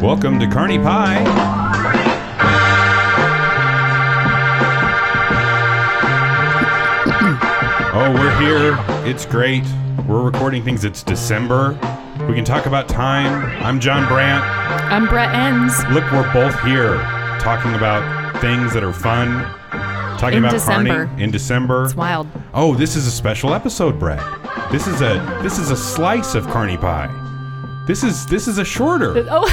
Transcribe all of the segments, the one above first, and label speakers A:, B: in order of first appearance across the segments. A: Welcome to Carney Pie. Oh, we're here. It's great. We're recording things. It's December. We can talk about time. I'm John Brandt.
B: I'm Brett Enns.
A: Look, we're both here talking about things that are fun. Talking
B: In
A: about
B: December.
A: Carney in December.
B: It's wild.
A: Oh, this is a special episode, Brett. This is a this is a slice of Carney Pie. This is this is a shorter.
B: Oh,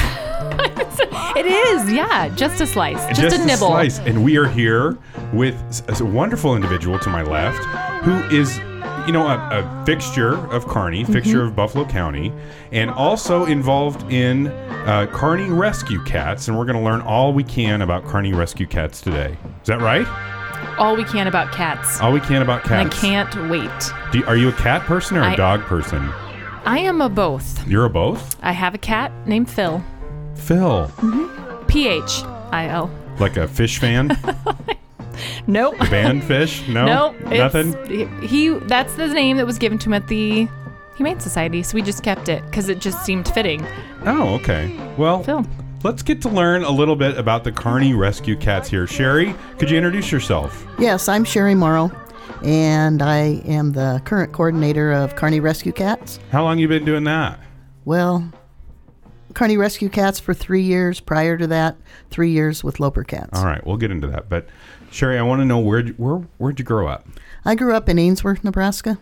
B: it is. Yeah, just a slice, just, a nibble.
A: slice. And we are here with s- a wonderful individual to my left who is, you know, a, a fixture of Kearney,
B: Mm-hmm.
A: fixture of Buffalo County, and also involved in uh, Kearney Rescue Cats. And we're going to learn all we can about Kearney Rescue Cats today. Is that right?
B: All we can about cats.
A: All we can about
B: And I
A: cats.
B: can't wait.
A: Do, are you a cat person or a
B: I-
A: dog person?
B: I am a both.
A: You're a both?
B: I have a cat named Phil.
A: Phil.
B: P H I L.
A: Like a fish fan?
B: Nope.
A: Band fish? No?
B: Nope. it's-
A: Nothing?
B: He. That's the name that was given to him at the Humane Society, so we just kept it because it just seemed fitting.
A: Oh, okay. Well,
B: Phil.
A: let's get to learn a little bit about the Carney Rescue Cats here. Sherry, could you introduce yourself?
C: Yes, I'm Sherry Morrow, and I am the current coordinator of Carney Rescue Cats.
A: How long you been doing that?
C: Well, Carney Rescue Cats for three years. Prior to that, three years with Loper Cats.
A: All right, we'll get into that. But Sherry, I want to know where where where'd you grow up?
C: I grew up in Ainsworth, Nebraska.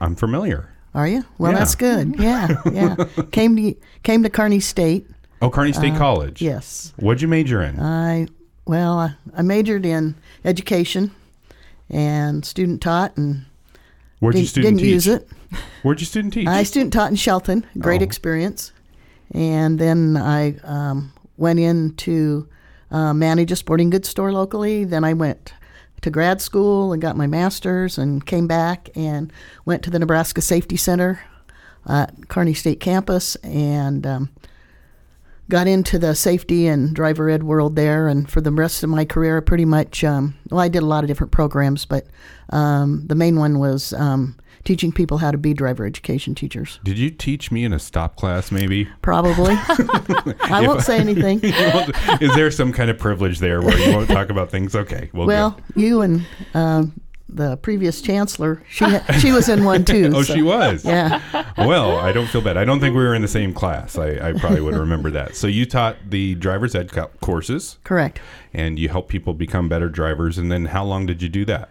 A: I'm familiar.
C: Are you? Well,
A: Yeah.
C: that's good. Yeah, yeah. came to came to Kearney State.
A: Oh, Kearney State
C: Uh,
A: College.
C: Yes,
A: What'd you major in?
C: I well, I, I majored in education and student taught, and
A: Where'd you
C: didn't,
A: student
C: didn't
A: teach?
C: use it.
A: Where'd you student teach?
C: I student taught in Shelton. Great
A: Oh.
C: experience. And then I um, went in to uh, manage a sporting goods store locally. Then I went to grad school and got my master's and came back and went to the Nebraska Safety Center at Kearney State Campus and um, got into the safety and driver ed world there. And for the rest of my career, I pretty much, um, well, I did a lot of different programs, but um, the main one was um, teaching people how to be driver education teachers.
A: Did you teach me in a stop class? Maybe.
C: Probably. I won't say anything.
A: Is there some kind of privilege there where you won't talk about things? Okay. Well.
C: Well, you and um, the previous chancellor, she she was in one too.
A: Oh,
C: so-
A: she was.
C: Yeah.
A: well, I don't feel bad. I don't think we were in the same class. I, I probably would remember that. So you taught the driver's ed co- courses,
C: Correct.
A: and you helped people become better drivers. And then how long did you do that?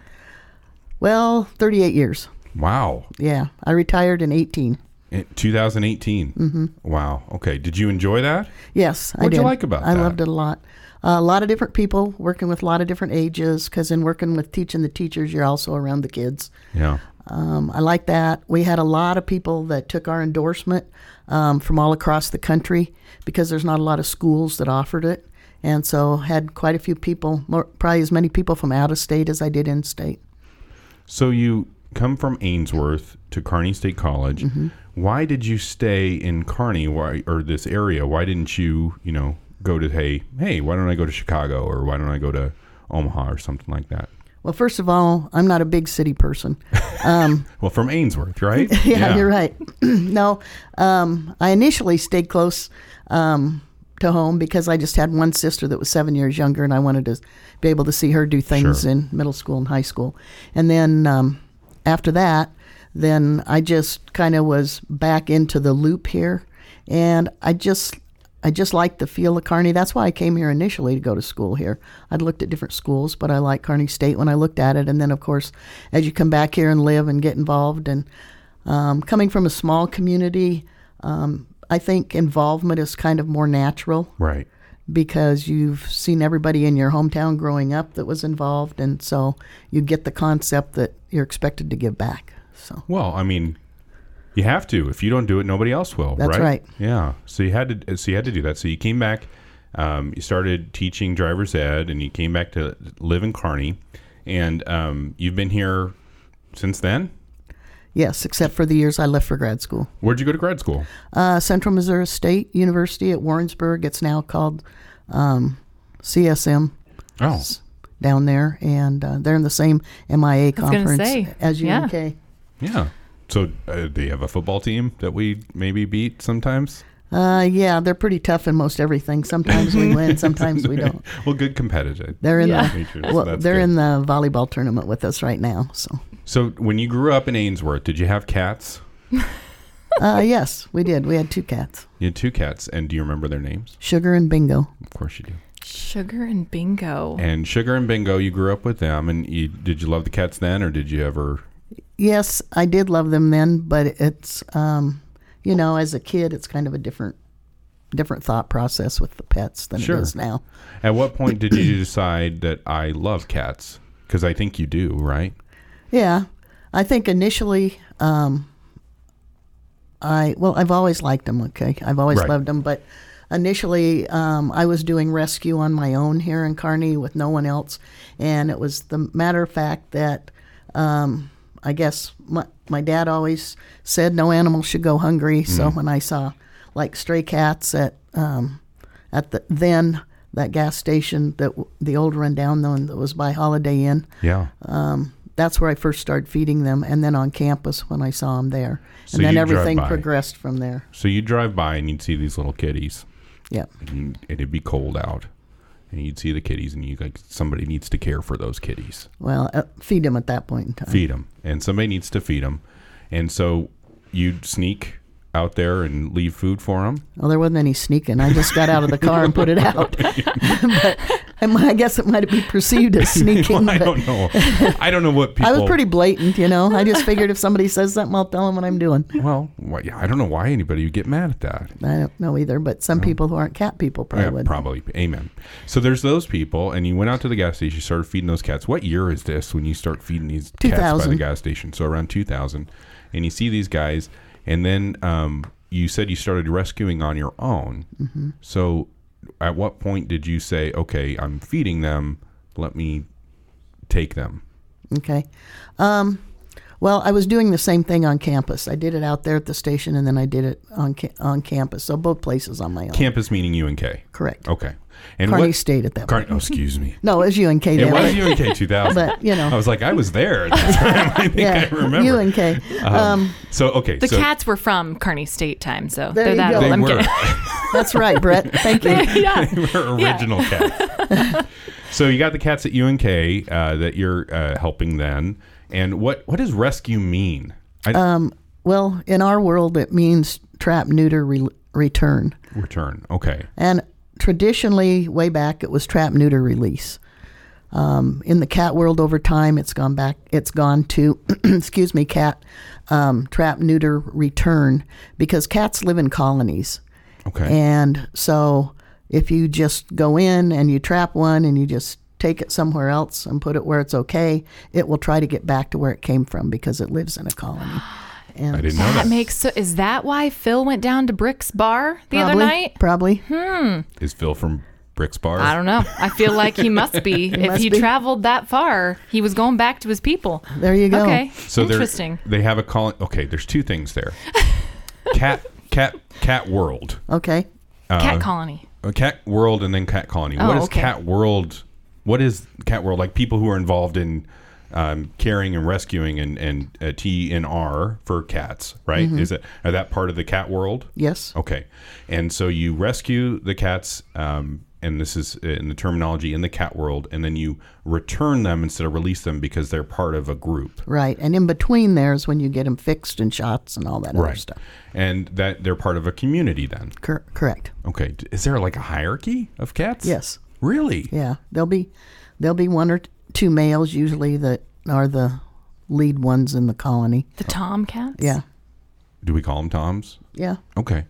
C: Well, 38 years.
A: Wow,
C: Yeah. I retired in 18.
A: In 2018. Mm-hmm. Wow. Okay. Did you enjoy that?
C: Yes, I
A: What'd
C: did.
A: you like about
C: I
A: that?
C: loved it a lot. a lot of different people, working with a lot of different ages, because in working with teaching the teachers, you're also around the kids.
A: Yeah.
C: Um, I like that. We had a lot of people that took our endorsement um, from all across the country because there's not a lot of schools that offered it. And so had quite a few people, more, probably as many people from out of state as I did in state.
A: So you come from Ainsworth to Kearney State College. Why did you stay in Kearney why, or this area? Why didn't you, you know, go to hey, hey, why don't I go to Chicago or why don't I go to Omaha or something like that?
C: Well, first of all, I'm not a big city person.
A: Well, from Ainsworth, right?
C: yeah, you're right. no, um, I initially stayed close um, to home because I just had one sister that was seven years younger, and I wanted to be able to see her do things
A: Sure.
C: in middle school and high school. And then um, after that, then I just kind of was back into the loop here, and I just. I just liked the feel of Kearney. That's why I came here initially to go to school here. I'd looked at different schools, but I liked Kearney State when I looked at it. And then, of course, as you come back here and live and get involved and um, coming from a small community, um, I think involvement is kind of more natural
A: Right.
C: because you've seen everybody in your hometown growing up that was involved, and so you get the concept that you're expected to give back. So
A: Well, I mean, you have to. If you don't do it, nobody else will.
C: That's
A: right.
C: right.
A: Yeah. So you had to. uh, So you had to do that. So you came back. Um, you started teaching driver's ed, and you came back to live in Kearney, and um, you've been here since then.
C: yes, except for the years I left for grad school.
A: Where'd you go to grad school?
C: Uh, Central Missouri State University at Warrensburg. It's now called um, CSM.
A: Oh,
C: down there, and uh, they're in the same MIA
B: was gonna
C: conference
B: say,
C: as
B: yeah.
C: UNK.
A: Yeah. So uh, do you have a football team that we maybe beat sometimes?
C: Uh, yeah, they're pretty tough in most everything. Sometimes we win, sometimes we don't.
A: Well, good competitive.
C: They're in
B: Yeah.
A: nature,
C: the
A: so
C: well,
A: that's
C: they're
A: good.
C: in the volleyball tournament with us right now. So,
A: So when you grew up in Ainsworth, did you have cats?
C: uh, yes, we did. We had two cats,
A: You had two cats, and do you remember their names?
C: Sugar and Bingo.
A: Of course you do.
B: Sugar and Bingo.
A: And Sugar and Bingo, you grew up with them, and you, did you love the cats then, or did you ever?
C: Yes, I did love them then, but it's um, you know, as a kid, it's kind of a different different thought process with the pets than
A: Sure.
C: it is now.
A: At what point did you decide that I love cats? Because I think you do, right?
C: Yeah, I think initially, um, I well, I've always liked them. Okay, I've always
A: Right.
C: loved them, but initially, um, I was doing rescue on my own here in Kearney with no one else, and it was the matter of fact that um, I guess my my dad always said no animal should go hungry. So when I saw like stray cats at um, at the then that gas station that w- the old rundown one that was by Holiday Inn
A: Yeah.
C: that's where I first started feeding them, and then on campus when I saw them there,
A: So
C: and then
A: you drive
C: everything
A: by.
C: progressed from there.
A: So you drive by and you'd see these little kitties,
C: Yeah,
A: and you- and it'd be cold out, and you'd see the kitties, and you like somebody needs to care for those kitties.
C: well, uh, feed them at that point in time.
A: feed them, and somebody needs to feed them, and so you'd sneak out there and leave food for them.
C: Well, there wasn't any sneaking. I just got out of the car and put it out. but I, mi- I guess it might be perceived as sneaking.
A: Well, I
C: but
A: don't know. I don't know what people.
C: I was pretty blatant, you know. I just figured if somebody says something, I'll tell them what I'm doing.
A: well. Why, yeah, I don't know why anybody would get mad at that.
C: I don't know either, but some people who aren't cat people probably
A: Yeah,
C: would.
A: probably. Amen. So there's those people, and you went out to the gas station, you started feeding those cats. What year is this when you start feeding these cats by the
C: 2000.
A: gas station? So around 2000, and you see these guys, and then um, you said you started rescuing on your own.
C: Mm-hmm.
A: So at what point did you say, okay, I'm feeding them, let me take them?
C: Okay. Um, well, I was doing the same thing on campus. I did it out there at the station, and then I did it on ca- on campus. So both places on my own.
A: Campus meaning UNK.
C: Correct.
A: Okay. And
C: Carney
A: what?
C: State at that
A: Car-
C: point.
A: oh, excuse me.
C: No, it was UNK.
A: It
C: there,
A: was
C: but-
A: UNK 2000.
C: But, you know.
A: I was like, I was there at that time. I think
C: yeah,
A: I remember.
C: UNK.
A: Um, so okay,
B: the
A: so
B: cats were from Kearney State time, so
C: There
B: they're
C: you
B: that
C: go.
B: old.
A: they
B: I'm
A: were
B: kidding.
C: That's right, Brett. Thank you.
B: yeah.
A: they were
B: Yeah.
A: original cats. so you got the cats at UNK uh, that you're uh, helping then, and what what does rescue mean? I,
B: Uh,
C: Well, in our world, it means trap, neuter, re- return.
A: return. Okay,
C: And traditionally, way back, it was trap, neuter, release. Um, in the cat world, over time, it's gone back. It's gone to, excuse me, cat um, trap, neuter, return, because cats live in colonies.
A: okay,
C: And so if you just go in and you trap one and you just take it somewhere else and put it where it's okay, it will try to get back to where it came from because it lives in a colony. And
A: I didn't know
B: That
A: that.
B: makes so. Is that why Phil went down to Brick's bar the
C: probably,
B: other night? Hmm.
C: Probably.
A: Is Phil from Bricks Bar?
B: I don't know. I feel like he must be. if
C: must
B: he
C: be.
B: traveled that far, he was going back to his people.
C: There you go.
B: Okay.
A: So they're-
B: Interesting.
A: They have a call. Okay, there's two things there. cat, cat, cat world,
C: Okay.
B: Cat colony.
A: Uh, cat world, and then cat colony.
B: Oh,
A: what is
B: okay.
A: cat world? What is cat world? Like people who are involved in um, caring and rescuing and and uh, T and R for cats, right? Is it are that part of the cat world?
C: Yes.
A: Okay, and so you rescue the cats, um, and this is in the terminology in the cat world, and then you return them instead of release them because they're part of a group,
C: Right. And in between there is when you get them fixed and shots and all that other
A: right?
C: stuff.
A: And that they're part of a community. Then,
C: Cor- correct.
A: okay, D- is there like a hierarchy of cats?
C: Yes.
A: really.
C: Yeah. There'll be there'll be one or t- two males usually that are the lead ones in the colony.
B: The tomcats.
C: Yeah.
A: Do we call them toms?
C: Yeah.
A: Okay.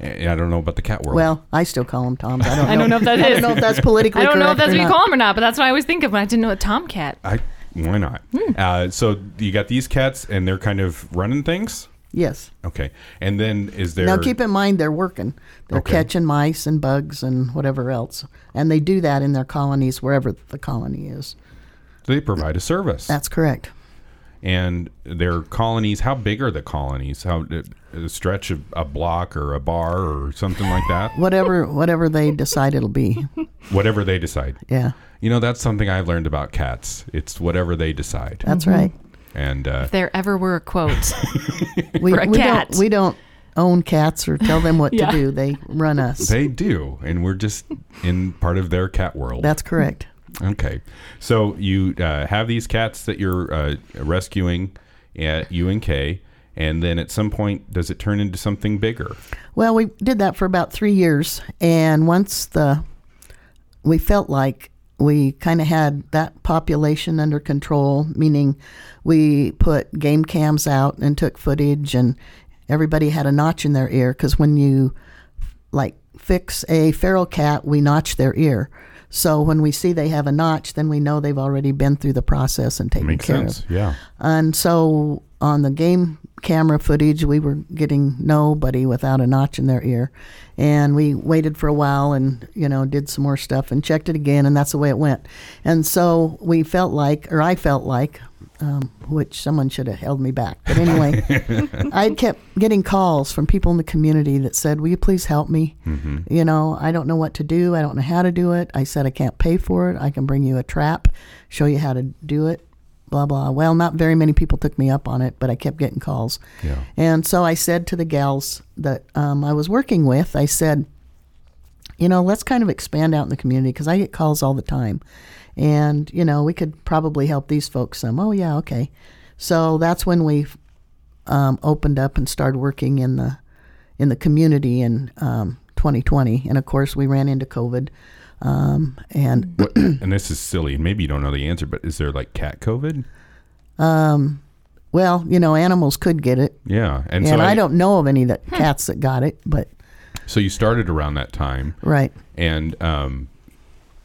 A: And I don't know about the cat world.
C: Well, I still call them toms. I don't know.
B: I don't know if that
C: I
B: is.
C: don't know if that's politically
B: I don't know if
C: correct
B: that's
C: or
B: what you
C: not.
B: call him or not, but that's what I always think of when I didn't know a tomcat.
A: I why not?
C: hmm.
A: Uh, so you got these cats, and they're kind of running things.
C: Yes.
A: Okay. And then is there?
C: Now keep in mind they're working. They're
A: Okay.
C: catching mice and bugs and whatever else, and they do that in their colonies wherever the colony is.
A: They provide a service.
C: That's correct.
A: and their colonies. How big are the colonies? How uh, a stretch of a block or a bar or something like that?
C: Whatever whatever they decide it'll be.
A: Whatever they decide.
C: Yeah.
A: You know, that's something I learned about cats. It's whatever they decide.
C: That's
B: Mm-hmm.
C: right.
A: And uh,
B: If there ever were a quote,
C: We,
B: For a
C: we
B: cat.
C: don't we don't own cats or tell them what
B: Yeah.
C: to do. They run us.
A: they do, and we're just in part of their cat world.
C: That's correct.
A: Okay, so you uh, have these cats that you're uh, rescuing at UNK, and then at some point, does it turn into something bigger?
C: Well, we did that for about three years, and once the we felt like we kind of had that population under control, meaning we put game cams out and took footage, and everybody had a notch in their ear because when you like fix a feral cat, we notch their ear. So when we see they have a notch, then we know they've already been through the process and taken
A: Makes
C: care of.
A: sense. Yeah.
C: And so on the game camera footage, we were getting nobody without a notch in their ear. And we waited for a while and, you know, did some more stuff and checked it again, and that's the way it went. And so we felt like, or I felt like, um, which someone should have held me back. But anyway, I kept getting calls from people in the community that said, Will you please help me? You know, I don't know what to do. I don't know how to do it. I said, I can't pay for it. I can bring you a trap, show you how to do it, blah, blah. Well, not very many people took me up on it, but I kept getting calls.
A: Yeah.
C: And so I said to the gals that um, I was working with, I said, you know, let's kind of expand out in the community because I get calls all the time. And, you know, we could probably help these folks some. Oh, yeah, okay. So that's when we um, opened up and started working in the in the community in um, 2020. And of course, we ran into COVID. Um, and
A: What, and this is silly. and Maybe you don't know the answer, but is there like cat COVID?
C: well, you know, animals could get it.
A: Yeah. And,
C: And,
A: so
C: I, don't know of any that cats that got it, but
A: So you started around that time,
C: right.
A: and um,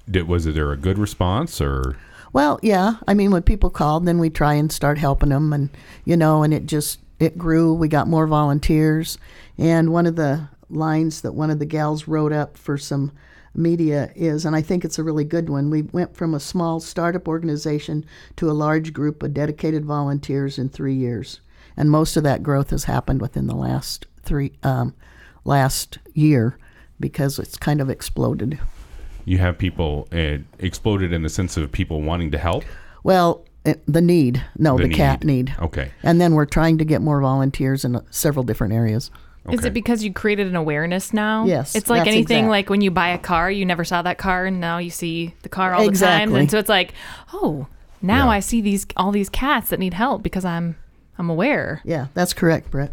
A: did was there a good response or?
C: Well, yeah. I mean, when people called, then we try and start helping them, and you know, and it just it grew. We got more volunteers, and one of the lines that one of the gals wrote up for some media is, and I think it's a really good one. We went from a small startup organization to a large group of dedicated volunteers in three years, and most of that growth has happened within the last three um, last year because it's kind of exploded.
A: You have people uh, exploded in the sense of people wanting to help.
C: Well, it, the need, no, the, cat need.
A: Okay.
C: And then we're trying to get more volunteers in uh, several different areas.
B: is
A: Okay.
B: it because you created an awareness now?
C: Yes,
B: It's like
C: that's
B: anything
C: exact.
B: like when you buy a car, you never saw that car, and now you see the car all the time,
C: Exactly.
B: and so it's like, oh, now
A: Yeah.
B: I see these all these cats that need help because I'm I'm aware.
C: Yeah, that's correct, Brett.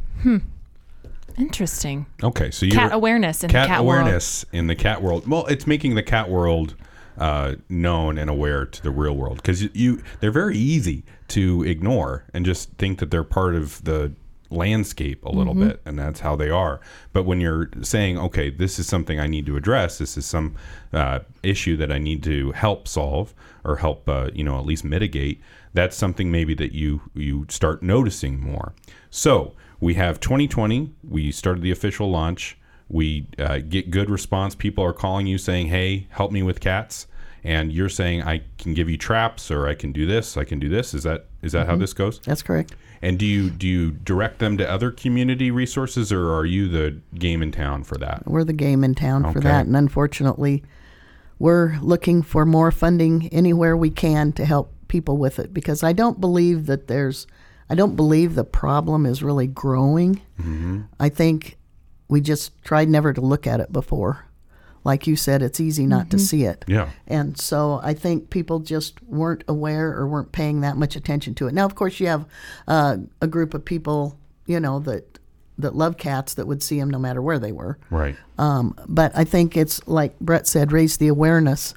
B: Interesting.
A: Okay. So you
B: Cat awareness in
A: cat,
B: the cat world.
A: awareness in the cat world. Well, it's making the cat world uh, known and aware to the real world because you, you they're very easy to ignore and just think that they're part of the landscape a little bit and that's how they are but when you're saying okay this is something i need to address this is some uh, issue that i need to help solve or help uh, you know at least mitigate that's something maybe that you you start noticing more so we have 2020 we started the official launch we uh, get good response. People are calling you saying, "Hey, help me with cats," and you're saying, "I can give you traps, or I can do this, I can do this." Is that is that how this goes?
C: That's correct.
A: And do you do you direct them to other community resources, or are you the game in town for that?
C: We're the game in town for
A: Okay.
C: that. And unfortunately, we're looking for more funding anywhere we can to help people with it because I don't believe that there's, I don't believe the problem is really growing. I think we just tried never to look at it before. Like you said, it's easy not to see it.
A: Yeah,
C: And so I think people just weren't aware or weren't paying that much attention to it. Now, of course, you have uh, a group of people, you know, that that love cats that would see them no matter where they were.
A: right.
C: Um, but I think it's like Brett said, raise the awareness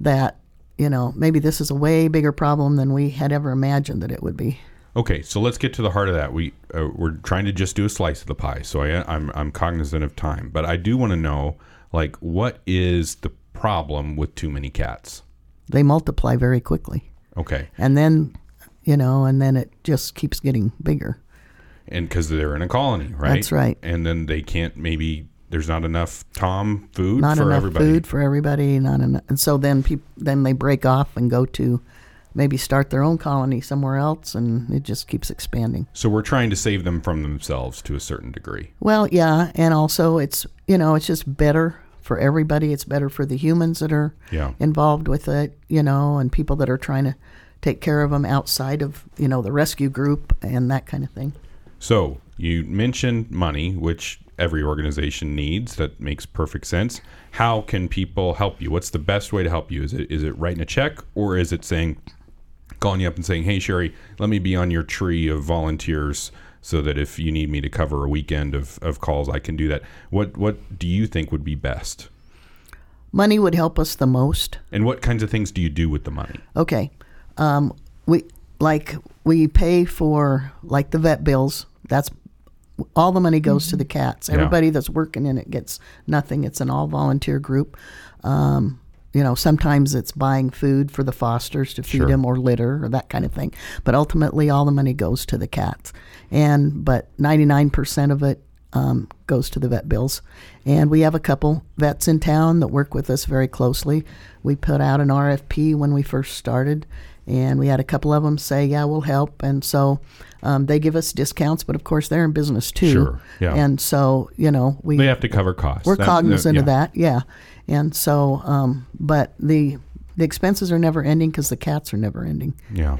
C: that you know maybe this is a way bigger problem than we had ever imagined that it would be.
A: Okay, so let's get to the heart of that. We uh, we're trying to just do a slice of the pie, so I, I'm I'm cognizant of time, but I do want to know like what is the problem with too many cats?
C: They multiply very quickly,
A: Okay,
C: and then you know, and then it just keeps getting bigger.
A: and because they're in a colony, right?
C: That's right.
A: And then they can't maybe there's not enough Tom food
C: not
A: for
C: enough
A: everybody.
C: food for everybody, not enough, and so then peop then they break off and go to maybe start their own colony somewhere else, and it just keeps expanding.
A: So we're trying to save them from themselves to a certain degree.
C: Well, yeah, and also it's you know it's just better for everybody. It's better for the humans that are
A: Yeah.
C: involved with it, you know, and people that are trying to take care of them outside of you know the rescue group and that kind of thing.
A: So you mentioned money, which every organization needs. That makes perfect sense. How can people help you? What's the best way to help you? Is it is it writing a check or is it saying calling you up and saying, "Hey Sherry, let me be on your tree of volunteers." So that if you need me to cover a weekend of, of calls, I can do that. What what do you think would be best?
C: Money would help us the most.
A: And what kinds of things do you do with the money?
C: Okay, um, we like we pay for like the vet bills. That's all the money goes to the cats. Everybody that's working in it gets nothing. It's an all volunteer group. Um, you know, sometimes it's buying food for the fosters to feed
A: Sure.
C: them or litter or that kind of thing. But ultimately, all the money goes to the cats. And but ninety nine percent of it um, goes to the vet bills. And we have a couple vets in town that work with us very closely. We put out an RFP when we first started, and we had a couple of them say, "Yeah, we'll help." And so um, they give us discounts, but of course they're in business too.
A: Sure, yeah.
C: And so you know we
A: They have to cover costs.
C: we're
A: That-
C: cognizant
A: yeah.
C: of that, yeah. And so, um, but the the expenses are never ending because the cats are never ending.
A: Yeah.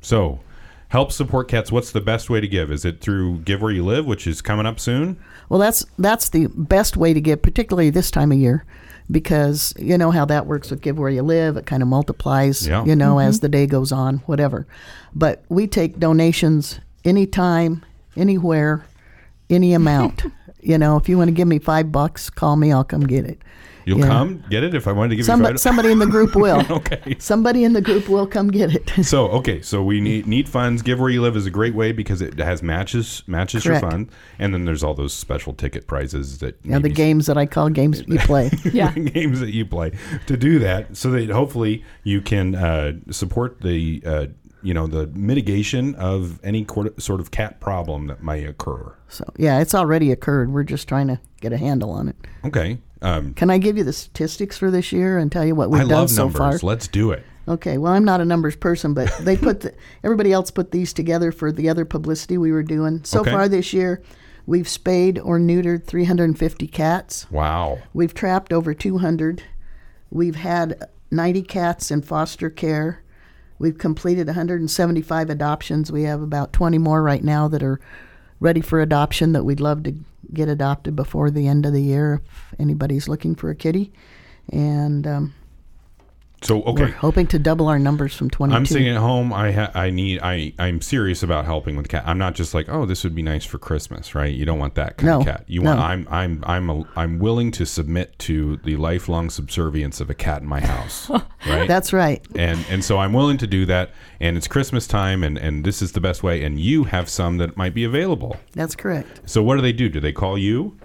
A: So, help support cats. What's the best way to give? Is it through Give Where You Live, which is coming up soon?
C: Well, that's that's the best way to give, particularly this time of year, because you know how that works with give where you live. It kind of multiplies,
A: Yeah.
C: you know, as the day goes on, whatever. But we take donations anytime, anywhere, any amount. you know, if you want to give me five bucks, call me. I'll come get it.
A: You'll
C: Yeah.
A: come get it if I wanted to give you
C: Somebody,
A: five.
C: somebody in the group will.
A: okay.
C: Somebody in the group will come get it.
A: So okay, so we need need funds. Give where you live is a great way because it has matches matches your
C: Correct.
A: fund, and then there's all those special ticket prizes that
C: Yeah, the
A: maybe-
C: games that I call games you play.
B: Yeah.
A: games that you play to do that, so that hopefully you can uh, support the uh, you know the mitigation of any court, sort of cat problem that might occur.
C: So yeah, it's already occurred. We're just trying to get a handle on it.
A: Okay, um,
C: Can I give you the statistics for this year and tell you what we've
A: I
C: done
A: love
C: so
A: numbers.
C: far?
A: Let's do it.
C: Okay. Well, I'm not a numbers person, but they put the, everybody else put these together for the other publicity we were doing. So
A: Okay.
C: far this year, we've spayed or neutered 350 cats.
A: Wow.
C: We've trapped over 200. We've had 90 cats in foster care. We've completed 175 adoptions. We have about 20 more right now that are ready for adoption that we'd love to get adopted before the end of the year if anybody's looking for a kitty. And um,
A: So
C: we're
A: okay,
C: hoping to double our numbers from 22.
A: I'm sitting at home. I ha- I need I I'm serious about helping with cat. I'm not just like oh this would be nice for Christmas, right? You don't want that kind
C: No,
A: of cat. You want
C: no.
A: I'm I'm I'm a, I'm willing to submit to the lifelong subservience of a cat in my house, right?
C: That's right.
A: and and so I'm willing to do that. And it's Christmas time, and and this is the best way. And you have some that might be available.
C: That's correct.
A: So what do they do? Do they call you?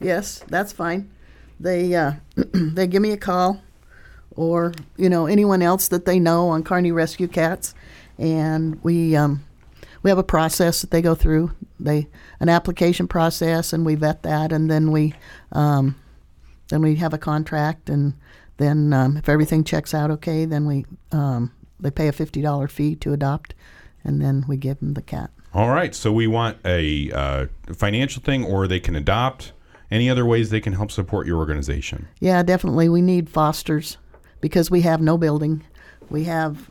C: Yes, that's fine. They uh, they give me a call, or you know anyone else that they know on Carney Rescue Cats, and we um, we have a process that they go through. They an application process, and we vet that, and then we um, then we have a contract, and then um, if everything checks out okay, then we um, they pay a fifty dollar fee to adopt, and then we give them the cat.
A: All right. So we want a uh, financial thing, or they can adopt. Any other ways they can help support your organization?
C: Yeah, definitely. We need fosters because we have no building. We have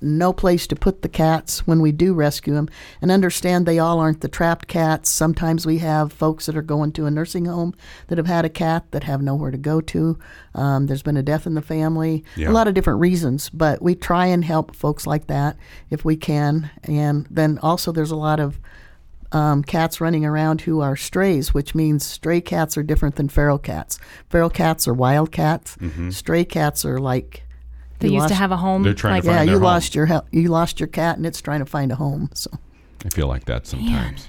C: no place to put the cats when we do rescue them. And understand they all aren't the trapped cats. Sometimes we have folks that are going to a nursing home that have had a cat that have nowhere to go to. Um, there's been a death in the family,
A: Yeah.
C: a lot of different reasons, but we try and help folks like that if we can. And then also, there's a lot of um, cats running around who are strays, which means stray cats are different than feral cats. Feral cats are wild cats.
A: Mm-hmm.
C: Stray cats are like
B: They
C: you
B: used to
C: lost-
B: have a home.
A: They're trying to
C: yeah,
A: find their
C: you
A: home.
C: lost your hel- you lost your cat, and it's trying to find a home. So,
A: I feel like that sometimes.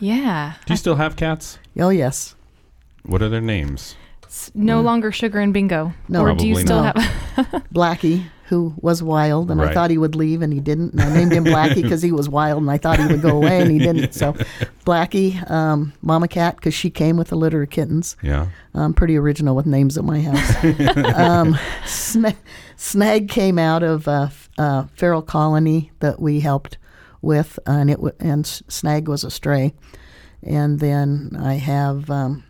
B: Yeah.
A: Do you still have cats?
C: oh yes,
A: What are their names?
B: It's no longer sugar and bingo.
C: Mm. No.
B: or do you
A: Probably
B: still
C: not.
B: have?
C: Blackie, who was wild, and
A: Right.
C: I thought he would leave, and he didn't. And I named him Blackie because he was wild, and I thought he would go away, and he didn't. So, Blackie, um, Mama Cat, because she came with a litter of kittens.
A: Yeah.
C: I'm pretty original with names at my house. um, Sna- Snag Um, came out of uh, f- uh, feral colony that we helped with, and it w- and S- Snag was a stray, and then I have um,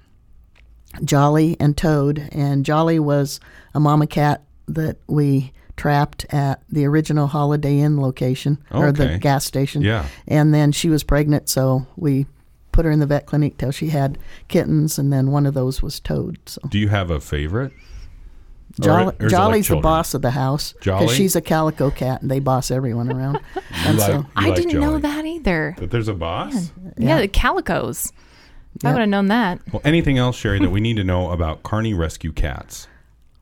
C: Jolly and Toad, and Jolly was a mama cat that we trapped at the original Holiday Inn location or
A: Okay.
C: the gas station,
A: Yeah.
C: and then she was pregnant, so we put her in the vet clinic till she had kittens, and then one of those was Toad. So.
A: Do you have a favorite?
C: Jolly,
A: Or- or is it like
C: Jolly's the
A: children?
C: boss of the house
A: Jolly?
C: she's a calico cat and they boss everyone around. and
A: like-
C: so,
B: I
A: like
B: didn't know
A: Jolly.
B: that either.
A: That there's a boss?
B: Yeah,
C: Yeah.
B: the calicos. If I
C: Yep.
B: would have known that.
A: Well, anything else, Sherry, that we need to know about Carney Rescue Cats?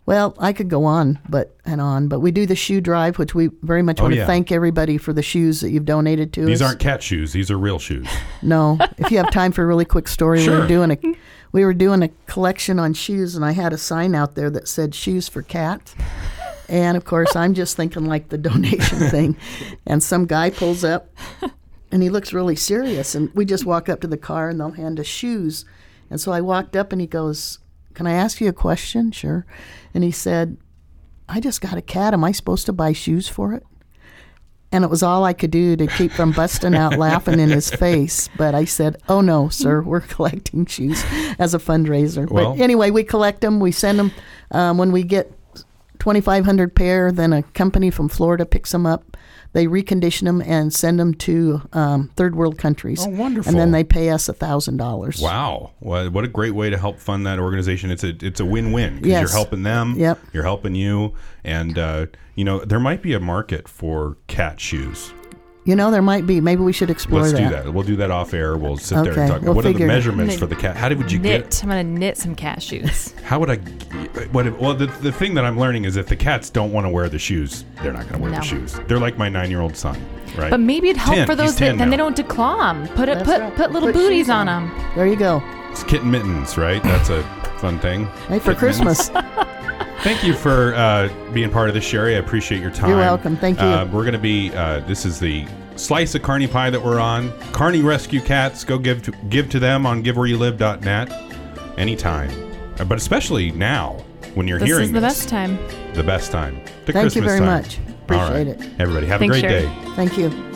C: well, I could go on, but and on, but we do the shoe drive, which we very much
A: Oh,
C: want to
A: yeah.
C: thank everybody for the shoes that you've donated to
A: These
C: us.
A: aren't cat shoes. These are real shoes.
C: No, if you have time for a really quick story, we
A: Sure.
C: were doing a we were doing a collection on shoes, and I had a sign out there that said "Shoes for Cat," and of course, I'm just thinking like the donation thing, and some guy pulls up, and he looks really serious, and we just walk up to the car, and they'll hand us shoes, and so I walked up, and he goes, "Can I ask you a question?" Sure, and he said, "I just got a cat. Am I supposed to buy shoes for it?" And it was all I could do to keep from busting out laughing in his face. But I said, Oh no, sir, we're collecting shoes as a fundraiser.
A: Well-
C: but anyway, we collect them, we send them. Um, when we get 2,500 pair, then a company from Florida picks them up. They recondition them and send them to um, third world countries.
A: Oh, wonderful.
C: And then they pay us $1,000.
A: Wow. What what a great way to help fund that organization. It's a it's a win-win 'cause
C: Yes.
A: you're helping them,
C: Yep.
A: you're helping you, and uh, you know, there might be a market for cat shoes.
C: You know, there might be. Maybe we should explore
A: Let's
C: that.
A: do that. We'll do that off air. We'll sit there
C: Okay,
A: and talk.
C: we'll
A: what are the
C: figure it out.
A: measurements for the cat? How did would you get?
B: Knit. I'm gonna knit some cashews.
A: How would I? What? if- Well, the, the thing that I'm learning is if the cats don't want to wear the shoes, they're not going to wear
B: No.
A: the shoes. They're like my nine year old son, right?
B: but maybe it'd help
A: 10.
B: for
A: He's
B: those
A: 10
B: that
A: now.
B: then they don't declaw 'em. Put it,
C: That's
B: put
C: right.
B: put little
C: Put
B: booties
C: shoes
B: on
C: on.
B: them.
C: There you go.
A: It's kitten mittens, right? That's a fun thing.
C: Right for
A: Kitten mittens.
C: Christmas.
A: Thank you for uh, being part of this, Sherry. I appreciate your time.
C: You're welcome. Thank you.
A: Uh, we're going to be. Uh, this is the slice of Carney pie that we're on. Carney Rescue Cats. Go give to, give to them on GiveWhereYouLive.net anytime, Uh, but especially now when you're
B: This
A: hearing
B: is the
A: this,
B: best time.
A: the best time. The
C: Thank you
A: Christmas
C: very
A: time.
C: much.
A: All right.
C: Appreciate it.
A: Everybody, have
B: Thanks,
A: a great
B: Sherry.
A: day.
C: Thank you.